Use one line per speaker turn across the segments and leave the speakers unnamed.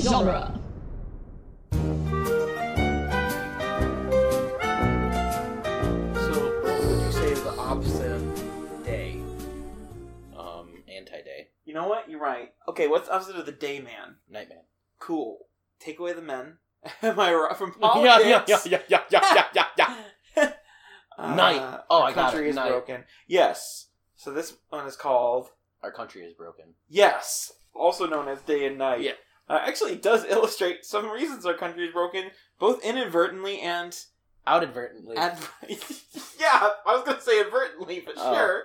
genre.
So, what would you say is the opposite of day?
Um, anti-day,
You know what? You're right. Okay, what's the opposite of the day man?
nightman.
Cool. Take away the men. Am I right? From
Yeah,
politics?
yeah, yeah, yeah, yeah, yeah, yeah, yeah, yeah.
Uh,
Night. Oh,
our
I got
country
it.
is
Night.
broken. Yes. So this one is called
Our country is broken.
Yes, also known as Day and Night.
Yeah.
Uh, actually, it does illustrate some reasons our country is broken, both inadvertently and
Outadvertently.
adver- yeah, I was gonna say advertently, but
Oh.
sure.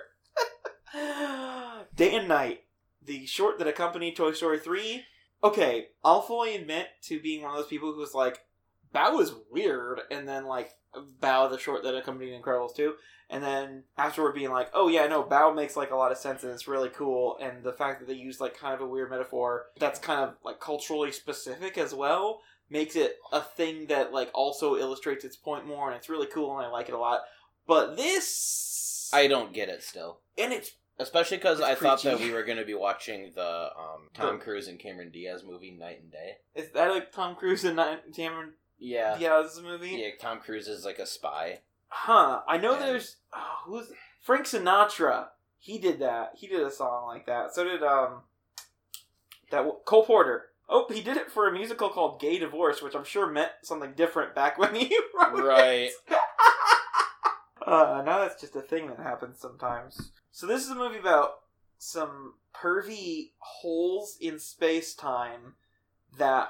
Day and Night, the short that accompanied Toy Story 3. Okay, I'll fully admit to being one of those people who's like, that was weird, and then like, Bow, the short that accompanied Incredibles 2, and then afterward being like, oh yeah, no, Bow makes like a lot of sense and it's really cool, and the fact that they use like kind of a weird metaphor that's kind of like culturally specific as well makes it a thing that like also illustrates its point more, and it's really cool, and I like it a lot. But this,
I don't get it still.
and it's
Especially because
It's
I thought
preachy.
that we were going to be watching the um, Tom Cruise and Cameron Diaz movie Night and Day.
Is that like Tom Cruise and Ni- Cameron
Yeah.
Diaz's movie?
Yeah, Tom Cruise is like a spy.
Huh. I know
Yeah.
there's oh, who's Frank Sinatra. He did that. He did a song like that. So did um that w- Cole Porter. Oh, he did it for a musical called Gay Divorce, which I'm sure meant something different back when he wrote it.
Right.
Uh, now that's just a thing that happens sometimes. So this is a movie about some pervy holes in space time that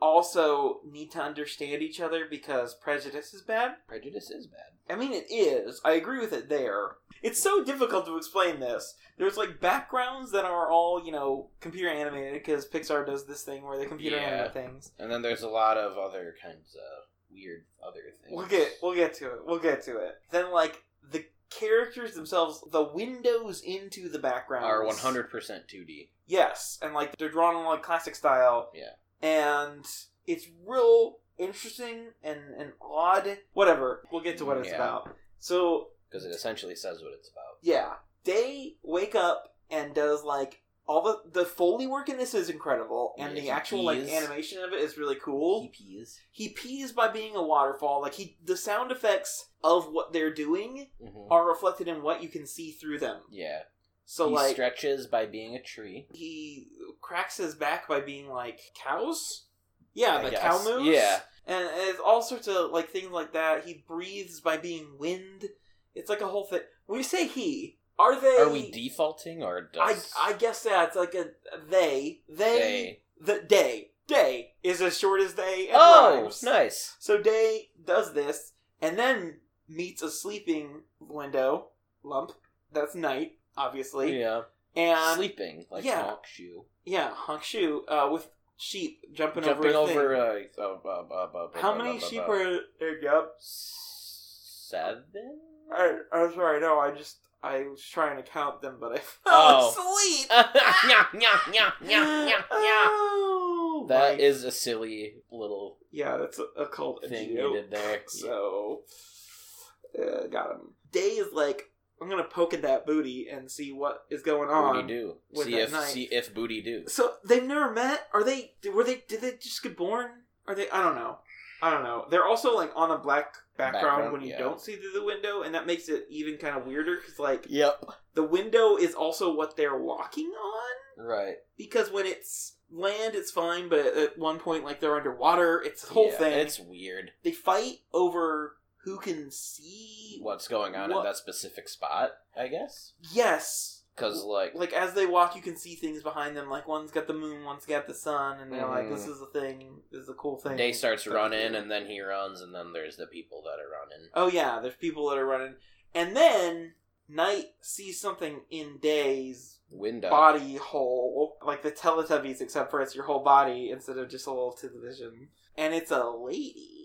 also need to understand each other because prejudice is bad.
Prejudice is bad.
I mean, it is. I agree with it there. It's so difficult to explain this. There's like backgrounds that are all, you know, computer animated because Pixar does this thing where they computer
Yeah.
animate things.
And then there's a lot of other kinds of weird other things.
We'll get we'll get to it. We'll get to it. Then like the characters themselves, the windows into the background
Are 100% 2D.
Yes, and like they're drawn in like classic style.
Yeah.
and it's real interesting and and odd. Whatever. We'll get to what it's
Yeah.
about. So
Because it essentially says what it's about.
yeah, they wake up and does like all the the foley work in this is incredible, and
Yeah,
the
he
actual like
pees.
animation of it is really cool
pees.
he pees by being a waterfall like he the sound effects of what they're doing
hmm
are reflected in what you can see through them
Yeah.
so
he
like
stretches by being a tree.
he cracks his back by being like cows yeah
I
the
guess.
cow moves
Yeah.
and it's all sorts of like things like that he breathes by being wind it's like a whole thing when you say he are they
Are we defaulting or
I,
does
I guess that's like a they they,
They.
the day day is as short as they and
Oh,
rhymes.
nice.
So Day does this and then meets a sleeping window lump. That's night, obviously.
Yeah.
And
Sleeping like
yeah.
Honk Shoe.
yeah, Honk Shu uh, with sheep jumping,
Jumping
over. a thing.
over. uh, oh, uh, uh, uh, uh,
How
uh,
many
uh,
sheep
uh,
are there? Yep.
Seven.
I, I'm sorry. No, I just I was trying to count them, but I fell
Oh.
asleep.
Nyah, nyah, nyah, nyah, nyah, nyah.
Oh,
That
my-
is a silly little
yeah. That's a, a cult
thing
joke.
you did there.
So, uh, got him. Day is like, I'm gonna poke at that booty and see what is going on.
booty do.
with
See
that
if
knife.
see if booty do.
So they've never met. Are they? Were they? Did they just get born? Are they? I don't know. I don't know. They're also like on a black background,
Background,
when you
yeah.
don't see through the window, and that makes it even kind of weirder because like
Yep.
the window is also what they're walking on.
Right.
Because when it's land, it's fine, but at, at one point, like they're underwater, it's the whole
Yeah,
thing.
It's weird
they fight over who can see
what's going on
What-
at that specific spot. I guess
Yes.
because like
Like as they walk, you can see things behind them. Like one's got the moon, one's got the sun, and they're like,
Mhm.
"This is a thing. This is a cool thing."
Day starts
Stuff
running,
here.
and then he runs, and then there's the people that are running.
oh yeah, there's people that are running, and then night sees something in day's
Window.
body hole, like the Teletubbies, except for it's your whole body instead of just a little to the vision, and it's a lady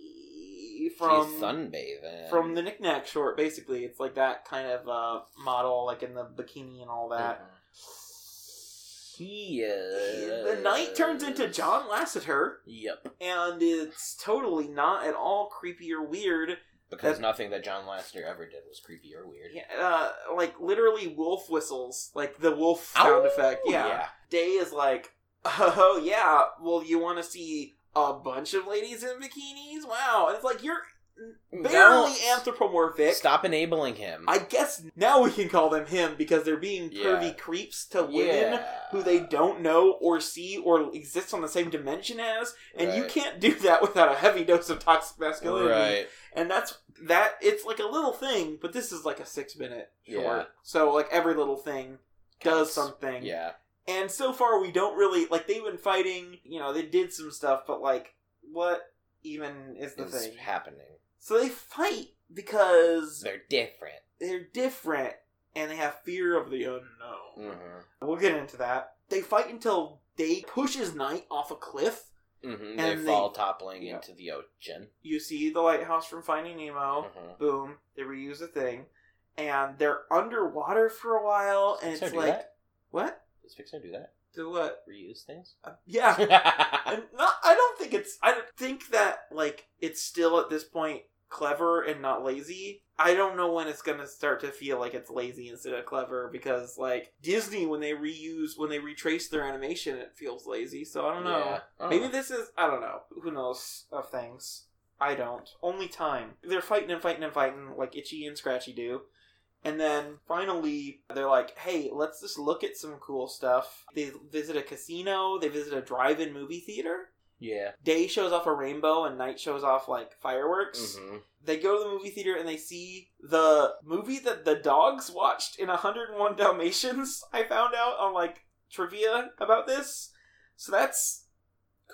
from
She's sunbathing.
from the knickknack short. Basically, it's like that kind of uh, model, like in the bikini and all that.
Uh-huh. He is.
The knight turns into John Lasseter,
Yep.
and it's totally not at all creepy or weird.
Because
That-
nothing that John Lasseter ever did was creepy or weird.
Yeah, Uh, like literally wolf whistles, like the wolf sound
Ow!
effect. Yeah. Day is like, oh yeah, well you want to see a bunch of ladies in bikinis? Wow, and it's like you're barely
Don't-
anthropomorphic.
Stop enabling him.
I guess now we can call them him because they're being pervy
Yeah.
creeps to women
Yeah.
who they don't know or see or exist on the same dimension as, and you
Right.
can't do that without a heavy dose of toxic masculinity.
Right.
And that's that. It's like a little thing, but this is like a six minute short.
Yeah.
So like every little thing
Counts.
does something.
Yeah.
And so far, we don't really like. They've been fighting. You know, they did some stuff, but like, what even is the
It's
thing?
happening.
So they fight because
They're different.
they're different and they have fear of the unknown.
Mm-hmm.
We'll get into that. They fight until day pushes night off a cliff.
Mm-hmm. They
And they-
fall toppling
Yeah.
into the ocean.
You see the lighthouse from Finding Nemo.
Mhm.
Boom. They reuse the thing. And they're underwater for a while. And
Does Pixar
it's
do
like,
that?
what?
Does Pixar do that?
Do what?
Reuse things?
Uh, yeah. I'm not, I don't think it's. I don't think that like it's still at this point clever and not lazy. I don't know when it's gonna start to feel like it's lazy instead of clever because like Disney when they reuse when they retrace their animation it feels lazy. So I don't know.
Yeah. Oh.
Maybe this is I don't know. Who knows of things? I don't. Only time. They're fighting and fighting and fighting like Itchy and Scratchy do. And then finally they're like, "Hey, let's just look at some cool stuff." They visit a casino, they visit a drive-in movie theater.
Yeah.
Day shows off a rainbow and night shows off like fireworks.
Mm-hmm.
They go to the movie theater and they see the movie that the dogs watched in 101 Dalmatians. I found out on like trivia about this. So that's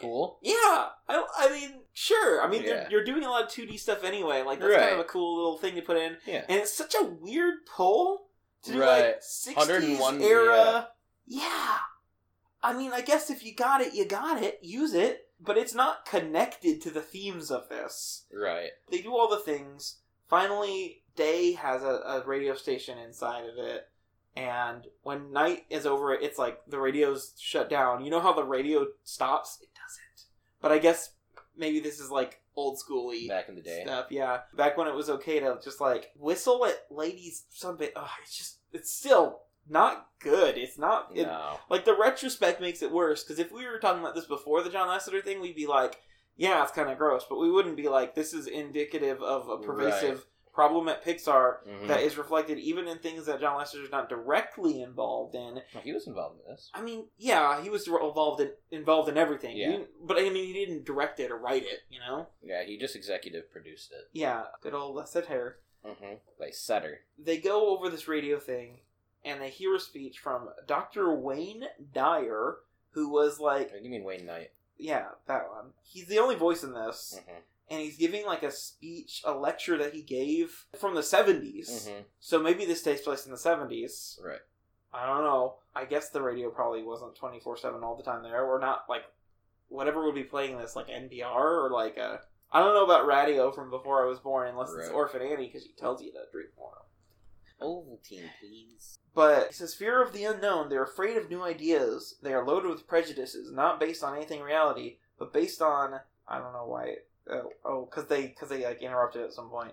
Cool.
yeah, I, I mean, sure. I mean,
Yeah.
they're you're doing a lot of 2D stuff anyway. Like, that's kind of a
Right.
cool little thing to put in.
Yeah.
And it's such a weird pull to do, like,
Right.
60s
101,
era. Yeah. I mean, I guess if you got it, you got it. Use it. But it's not connected to the themes of this.
Right.
They do all the things. Finally, Day has a, a radio station inside of it. And when night is over, it's like the radio's shut down. You know how the radio stops? It doesn't. But I guess maybe this is like old schooly
Back in the day.
stuff. Yeah, back when it was okay to just like whistle at ladies. Some bit. Oh, it's just it's still not good. It's not it,
No.
like the retrospect makes it worse because if we were talking about this before the John Lasseter thing, we'd be like, yeah, it's kind of gross, but we wouldn't be like this is indicative of a pervasive problem at Pixar.
Mhm.
That is reflected even in things that John Lasseter's not directly involved in.
Well, he was involved in this.
I mean, yeah, he was involved in involved in everything, He
Yeah.
didn't- but I mean, he didn't direct it or write it, you know?
Yeah, he just executive produced it.
Yeah, good old Lasseter.
Mm-hmm. By Sutter.
they go over this radio thing and they hear a speech from Dr. Wayne Dyer, who was like,
You mean Wayne Knight?
yeah, that one. He's the only voice in this,
Mm-hmm.
and he's giving like a speech, a lecture that he gave from the 70s.
Mm-hmm.
So maybe this takes place in the 70s.
Right.
I don't know. I guess the radio probably wasn't 24 7 all the time there, or not like whatever would be playing this, like NPR or like a. I don't know about radio from before I was born, unless it's
Right.
Orphan Annie, because she tells you to drink more.
Ovaltine, please.
But he says, fear of the unknown. They're afraid of new ideas. They are loaded with prejudices, not based on anything reality, but based on I don't know why. Oh, oh, because they because they like interrupted at some point.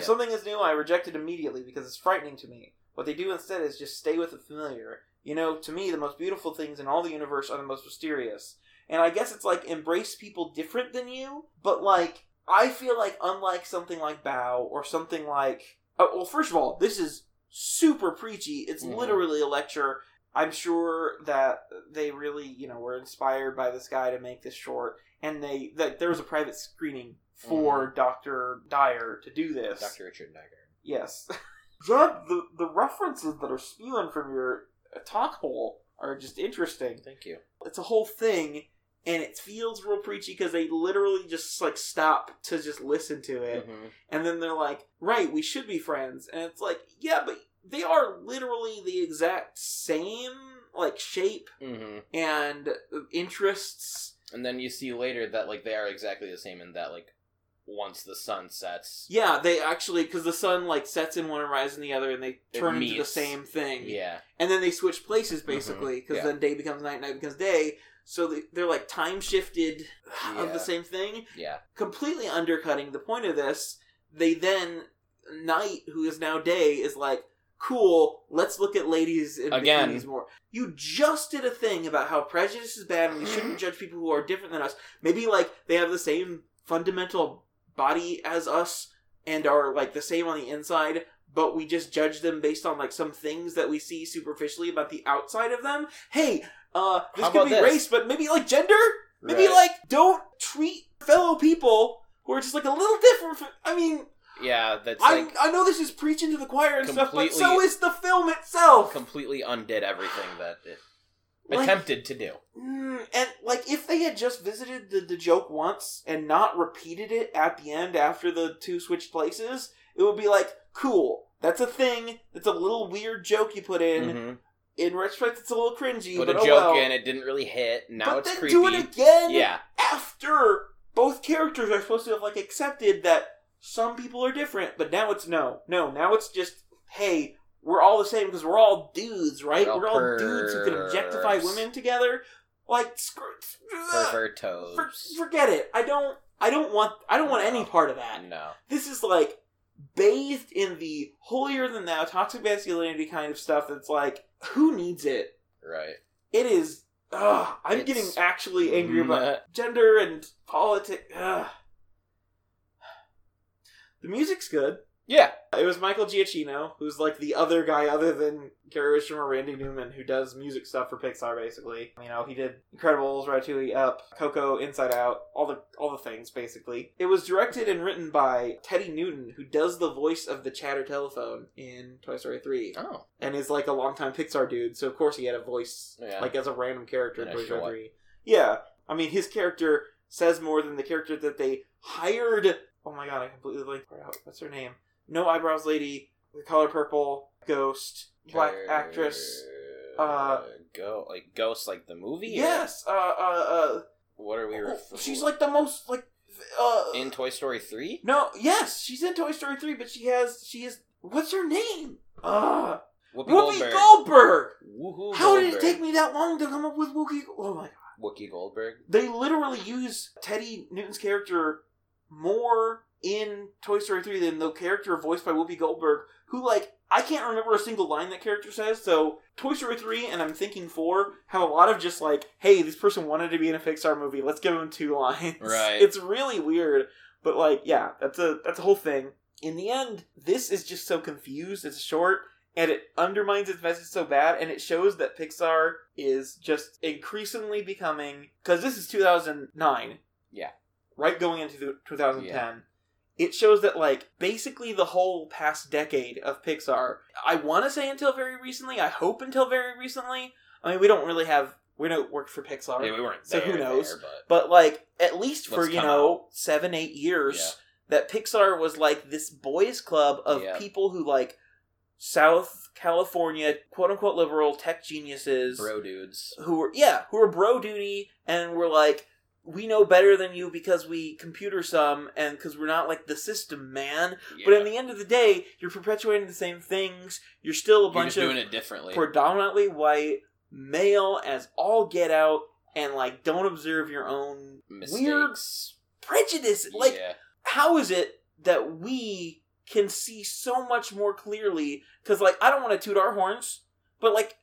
Yeah.
something is new, I reject it immediately because it's frightening to me. What they do instead is just stay with the familiar. You know, to me, the most beautiful things in all the universe are the most mysterious. And I guess it's like embrace people different than you, but like I feel like unlike something like Bao or something like oh, well, first of all, this is super preachy. It's
Mhm.
literally a lecture. I'm sure that they really, you know, were inspired by this guy to make this short, and they that there was a private screening for Doctor Dyer to do this.
Dr. Richard Nygaard.
Yes. Judd, the, the references that are spewing from your uh, talk hole are just interesting.
Thank you.
It's a whole thing, and it feels real preachy because they literally just like stop to just listen to it,
Mm-hmm.
and then they're like, "Right, we should be friends," and it's like, "Yeah, but they are literally the exact same like shape
Mm-hmm.
and interests."
And then you see later that like they are exactly the same in that like once the sun sets.
Yeah, they actually because the sun like sets in one and rises in the other, and they
It
turn into the
meets.
same thing.
Yeah. Mm-hmm.
and then they switch places basically because
Yeah.
then day becomes night, night becomes day. So they- they're like time shifted of
Yeah.
the same thing,
Yeah.
completely undercutting the point of this. They then night, who is now day, is like, cool. Let's look at ladies in
Again.
bikinis more. You just did a thing about how prejudice is bad and we shouldn't judge people who are different than us. Maybe like they have the same fundamental body as us and are like the same on the inside, but we just judge them based on like some things that we see superficially about the outside of them. Hey, uh, this
How
could
about
be
this?
race, but maybe like gender. Maybe
Right.
like don't treat fellow people who are just like a little different. From, I mean,
yeah, that's
I
like
I know this is preaching to the choir and stuff, but
Completely-
so is the film itself.
completely undid everything that it
Like,
attempted to do.
mm, and like if they had just visited the, the joke once and not repeated it at the end after the two switched places, it would be like cool. That's a thing. That's a little weird joke you put in.
Mhm.
In retrospect, it's a little cringy.
Put
but
a
oh
joke
well.
in, it didn't really hit. Now
but
it's
then
creepy.
do it again.
yeah,
after both characters are supposed to have like accepted that some people are different, but now it's no, no. Now it's just hey, we're all the same because we're all dudes, right?
We're all
We're all dudes who can objectify
pervs.
women together. Like, screw, ugh,
pervertos.
Uh, for, forget it. I don't. I don't want. I don't want
No.
any part of that.
no,
This is like bathed in the holier than thou toxic masculinity kind of stuff. That's like, who needs it?
right.
It is. Ugh, I'm
It's
getting actually angry about
Meh.
gender and politics. Ugh. The music's good.
Yeah,
It was Michael Giacchino, who's like the other guy other than Gary Richardson or Randy Newman, who does music stuff for Pixar. Basically, you know, he did Incredibles, Ratatouille, Up, Coco, Inside Out, all the all the things. Basically, it was directed and written by Teddy Newton, who does the voice of the chatter telephone in Toy Story Three,
oh,
and is like a longtime Pixar dude. So of course he had a voice
yeah.
like as a random character in
Yeah,
Toy Story
sure.
3. Yeah. I mean, his character says more than the character that they hired. Oh my god, I completely blanked her out. What's her name? No Eyebrows Lady, The Color Purple, Ghost, Black Actress. uh,
go like ghost, like the movie. or
Yes! Uh, uh,
What are
uh.
we?
oh,
refer-
she's like the most, like, uh.
in Toy Story three.
no, yes, she's in Toy Story 3, but she has. She is. What's her name? Uh,
Whoopi,
Whoopi
Goldberg.
Goldberg!
Woohoo
How
Goldberg.
did it take me that long to come up with Wookie? Oh my
Wookie Goldberg?
they literally use Teddy Newton's character more in Toy Story 3 than the character voiced by Whoopi Goldberg, who, like, I can't remember a single line that character says. So, Toy Story 3 and I'm thinking 4 have a lot of just like, hey, this person wanted to be in a Pixar movie. Let's give him two lines.
Right.
It's really weird. But, like, yeah, that's a, that's a whole thing. In the end, this is just so confused. It's short and it undermines its message so bad and it shows that pixar is just increasingly becoming because this is 2009
Yeah.
right going into the 2010
Yeah.
it shows that like basically the whole past decade of pixar i want to say until very recently i hope until very recently i mean we don't really have we don't work for pixar
Yeah, we weren't
So
there,
who knows?
there, but
but like at least for
What's
you
come
know seven eight years
Yeah.
that Pixar was like this boys club of
Yeah.
people who like South California quote unquote liberal tech geniuses
bro dudes.
who were yeah who were bro duty and were like we know better than you because we computer some and because we're not like the system man but in the end of the day you're perpetuating the same things you're still a
you're
bunch
just
of
doing it differently.
predominantly white male as all get out and like don't observe your own weird
Mistakes.
prejudice like
yeah.
how is it that we can see so much more clearly? Because, like, I don't want to toot our horns, but, like,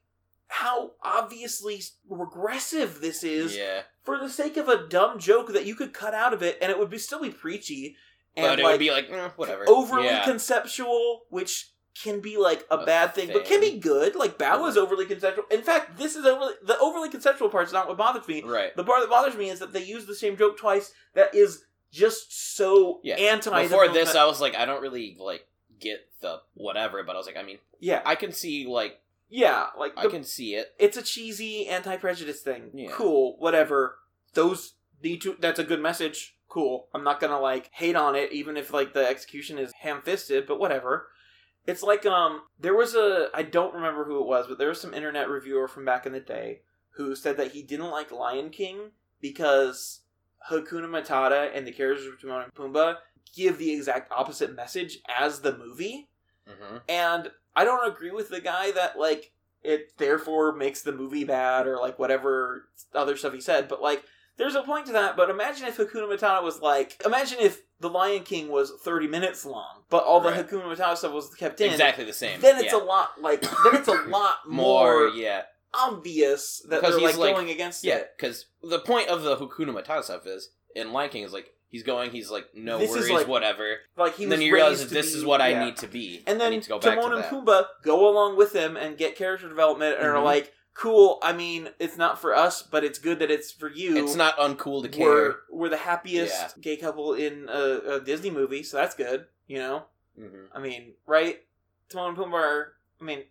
how obviously regressive this is
yeah.
for the sake of a dumb joke that you could cut out of it and it would be still be preachy and
but it
like,
would be like eh, whatever.
overly
yeah.
conceptual, which can be like a,
A
bad thing, but can
thing. Mm-hmm.
be good. Like Bao is overly conceptual. In fact, this is overly the overly conceptual part's not what bothers me.
right.
The part that bothers me is that they use the same joke twice. That is just so
Yeah.
anti.
Before this, uh, I was like, I don't really like get the whatever, but I was like, I mean,
yeah,
I can see like
yeah, like
I
the,
can see it.
it's a cheesy anti-prejudice thing.
Yeah.
Cool, whatever. Those need to. That's a good message. Cool. I'm not gonna like hate on it, even if like the execution is ham-fisted, but whatever. It's like um, there was a I don't remember who it was, but there was some internet reviewer from back in the day who said that he didn't like Lion King because Hakuna Matata and the characters of Timon and Pumbaa give the exact opposite message as the movie
Mm-hmm.
and I don't agree with the guy that like it therefore makes the movie bad or like whatever other stuff he said, but like There's a point to that, but imagine if Hakuna Matata was like, imagine if The Lion King was 30 minutes long, but all the
Right.
Hakuna Matata stuff was kept in.
Exactly the same.
Then it's
yeah.
a lot like then it's a lot more,
yeah,
obvious that
Because
they're like,
he's, like-
going against
yeah.
it.
Because the point of the Hakuna Matata stuff is in Lion King is like he's going, he's like no
This is,
worries,
like,
whatever.
Like he
And
was
then you
raised
realize that
to
this
be-
is what I
yeah.
need to be.
And
I
then
need to go back
Timon
to
and
that.
Pumbaa go along with him and get character development and are
Mhm.
like, cool. I mean, it's not for us, but it's good that it's for you.
It's not uncool to care.
We're, we're the happiest
Yeah.
gay couple in a, a Disney movie, so that's good. You know,
hmm
I mean, right? Timon and Pumbaa are, I mean,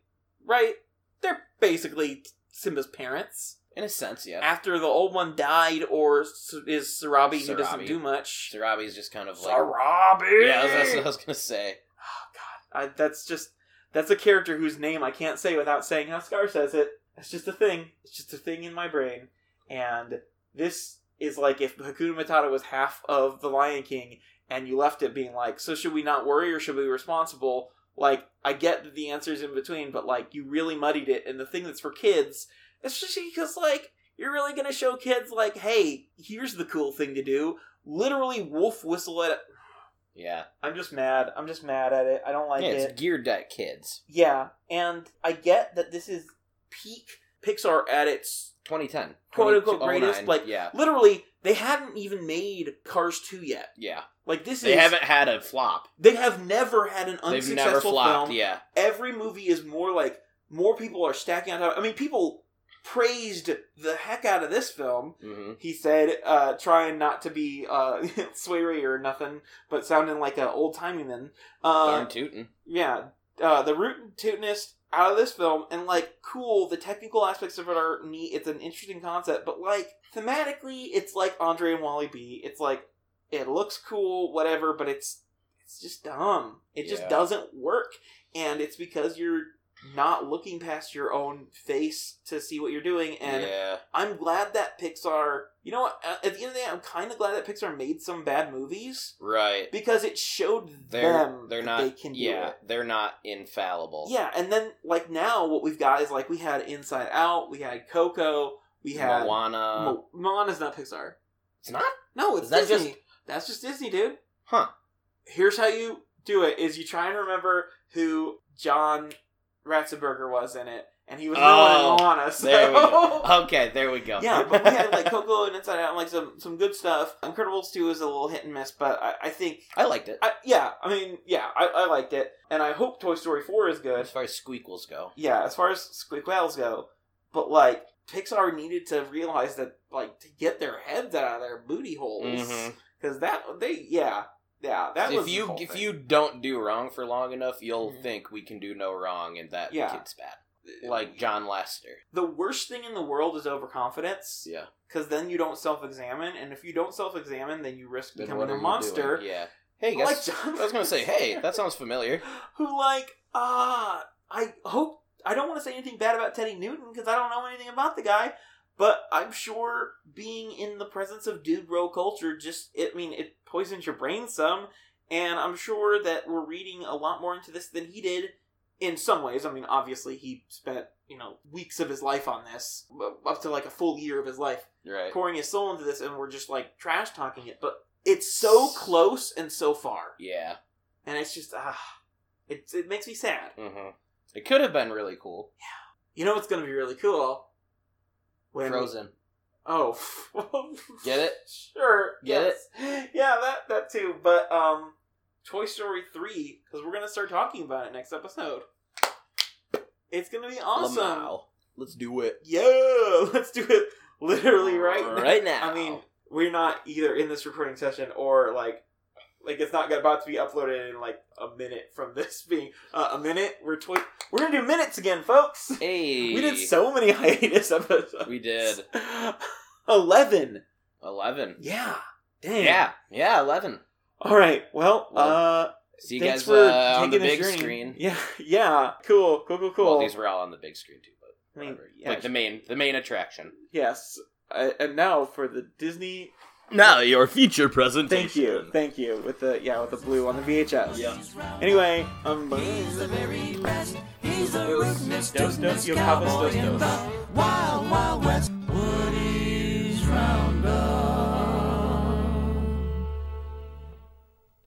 right? They're basically Simba's parents.
In a sense, yeah.
After the old one died, or s- is Sarabi who doesn't
Sarabi.
do much?
Sarabi's just kind of like
Sarabi.
yeah. That's, that's what I was gonna say.
Oh God, I, that's just that's a character whose name I can't say without saying how Scar says it. It's just a thing. It's just a thing in my brain. And this is like if Hakuna Matata was half of the Lion King, and you left it being like, so should we not worry or should we be responsible? Like I get that the answer's in between, but like you really muddied it. And the thing that's for kids, it's just because like you're really gonna show kids like, hey, here's the cool thing to do. Literally wolf whistle at
Yeah,
I'm just mad. I'm just mad at it. I don't like
yeah.
it.
It's geared at kids.
Yeah, and I get that this is peak Pixar at its
2010,
Quote, unquote,
2009,
greatest, like-
yeah,
literally. They haven't even made Cars 2 yet.
yeah.
Like this
They
is
haven't had a flop.
they have never had an
They've
unsuccessful
never flopped.
film.
Yeah,
Every movie is more like more people are stacking on top. I mean, people praised the heck out of this film.
hmm
He said, uh, trying not to be uh, sweary or nothing, but sounding like an old timey man. Uh,
darn tootin'.
yeah, uh, the root and tootinest out of this film, and like, cool. The technical aspects of it are neat. It's an interesting concept, but like thematically, it's like Andre and Wally B. It's like it looks cool, whatever, but it's it's just dumb. It just
Yeah.
doesn't work, and it's because you're not looking past your own face to see what you're doing and
yeah,
i'm glad that pixar you know what uh, at the end of the day i'm kind of glad that pixar made some bad movies
right.
because it showed
They're
them
they're
that
not.
they can do
yeah,
it.
they're not infallible.
Yeah, and then like now, what we've got is like we had Inside Out, we had Coco, we had Moana.
Moana.
Mo- Moana's not Pixar.
it's not.
No, it's
Is that
Disney. That's just Disney, dude.
Huh.
Here's how you do it: is you try and remember who John Ratzenberger was in it, and he was
Oh,
no one in Moana. So.
There we go. Okay, there we go.
yeah, but we had like Coco and Inside Out, and like some some good stuff. Incredibles two is a little hit and miss, but I, I think.
I liked it.
I, yeah, I mean, yeah, I, I liked it, and I hope Toy Story four is good.
As far as squeakles go,
yeah, as far as squeak whales go, but like Pixar needed to realize that like to get their heads out of their booty holes
Mhm.
because that they yeah yeah that was
if
the
you
whole
if
thing.
you don't do wrong for long enough, you'll
Mhm.
think we can do no wrong, and that
Yeah.
kid's bad. Like John Lester.
the worst thing in the world is overconfidence
Yeah,
because then you don't self examine and if you don't self examine then you risk
Then
becoming
what
a
are you
monster.
doing? Yeah. Hey, guys.
like John,
I was gonna say, hey, that sounds familiar.
who like ah I hope I don't want to say anything bad about Teddy Newton because I don't know anything about the guy, but I'm sure being in the presence of dude bro culture just it, I mean it poisons your brain some, and I'm sure that we're reading a lot more into this than he did. In some ways, I mean, obviously he spent you know weeks of his life on this, up to like a full year of his life
Right.
pouring his soul into this, and we're just like trash talking it. But it's so close and so far
Yeah.
and it's just ah, it it makes me sad.
hmm It could have been really cool.
You know what's gonna be really cool? When
Frozen.
oh,
Get it?
Sure,
Get
it? Yeah, that that too. But um, Toy Story three because we're gonna start talking about it next episode. It's gonna be awesome.
Lmao. Let's do it.
Yeah, let's do it literally right. now.
Right now.
I mean, we're not either in this recording session or like. Like it's not about to be uploaded in like a minute from this being uh, a minute. We're twi- we're gonna do minutes again, folks.
hey,
We did so many hiatus episodes.
We did
eleven.
eleven.
Yeah. Dang.
Yeah, yeah, eleven.
All right. Well. Uh.
See you guys
thanks for
uh, on the
taking this
big
journey.
screen.
Yeah. Yeah. Cool. Cool. Cool. Cool.
Well, these were all on the big screen too, but
I mean,
whatever.
yeah,
like the main the main attraction.
yes. Uh, and now for the Disney.
Now your feature presentation.
Thank you. Thank you. With the yeah with the blue on the VHS.
Yeah.
Anyway. Um.
He's the very best. He's a
Dos,
rudeness,
dos,
toothness,
yo, papas,
cowboy
dos,
in
dos.
the wild, wild west.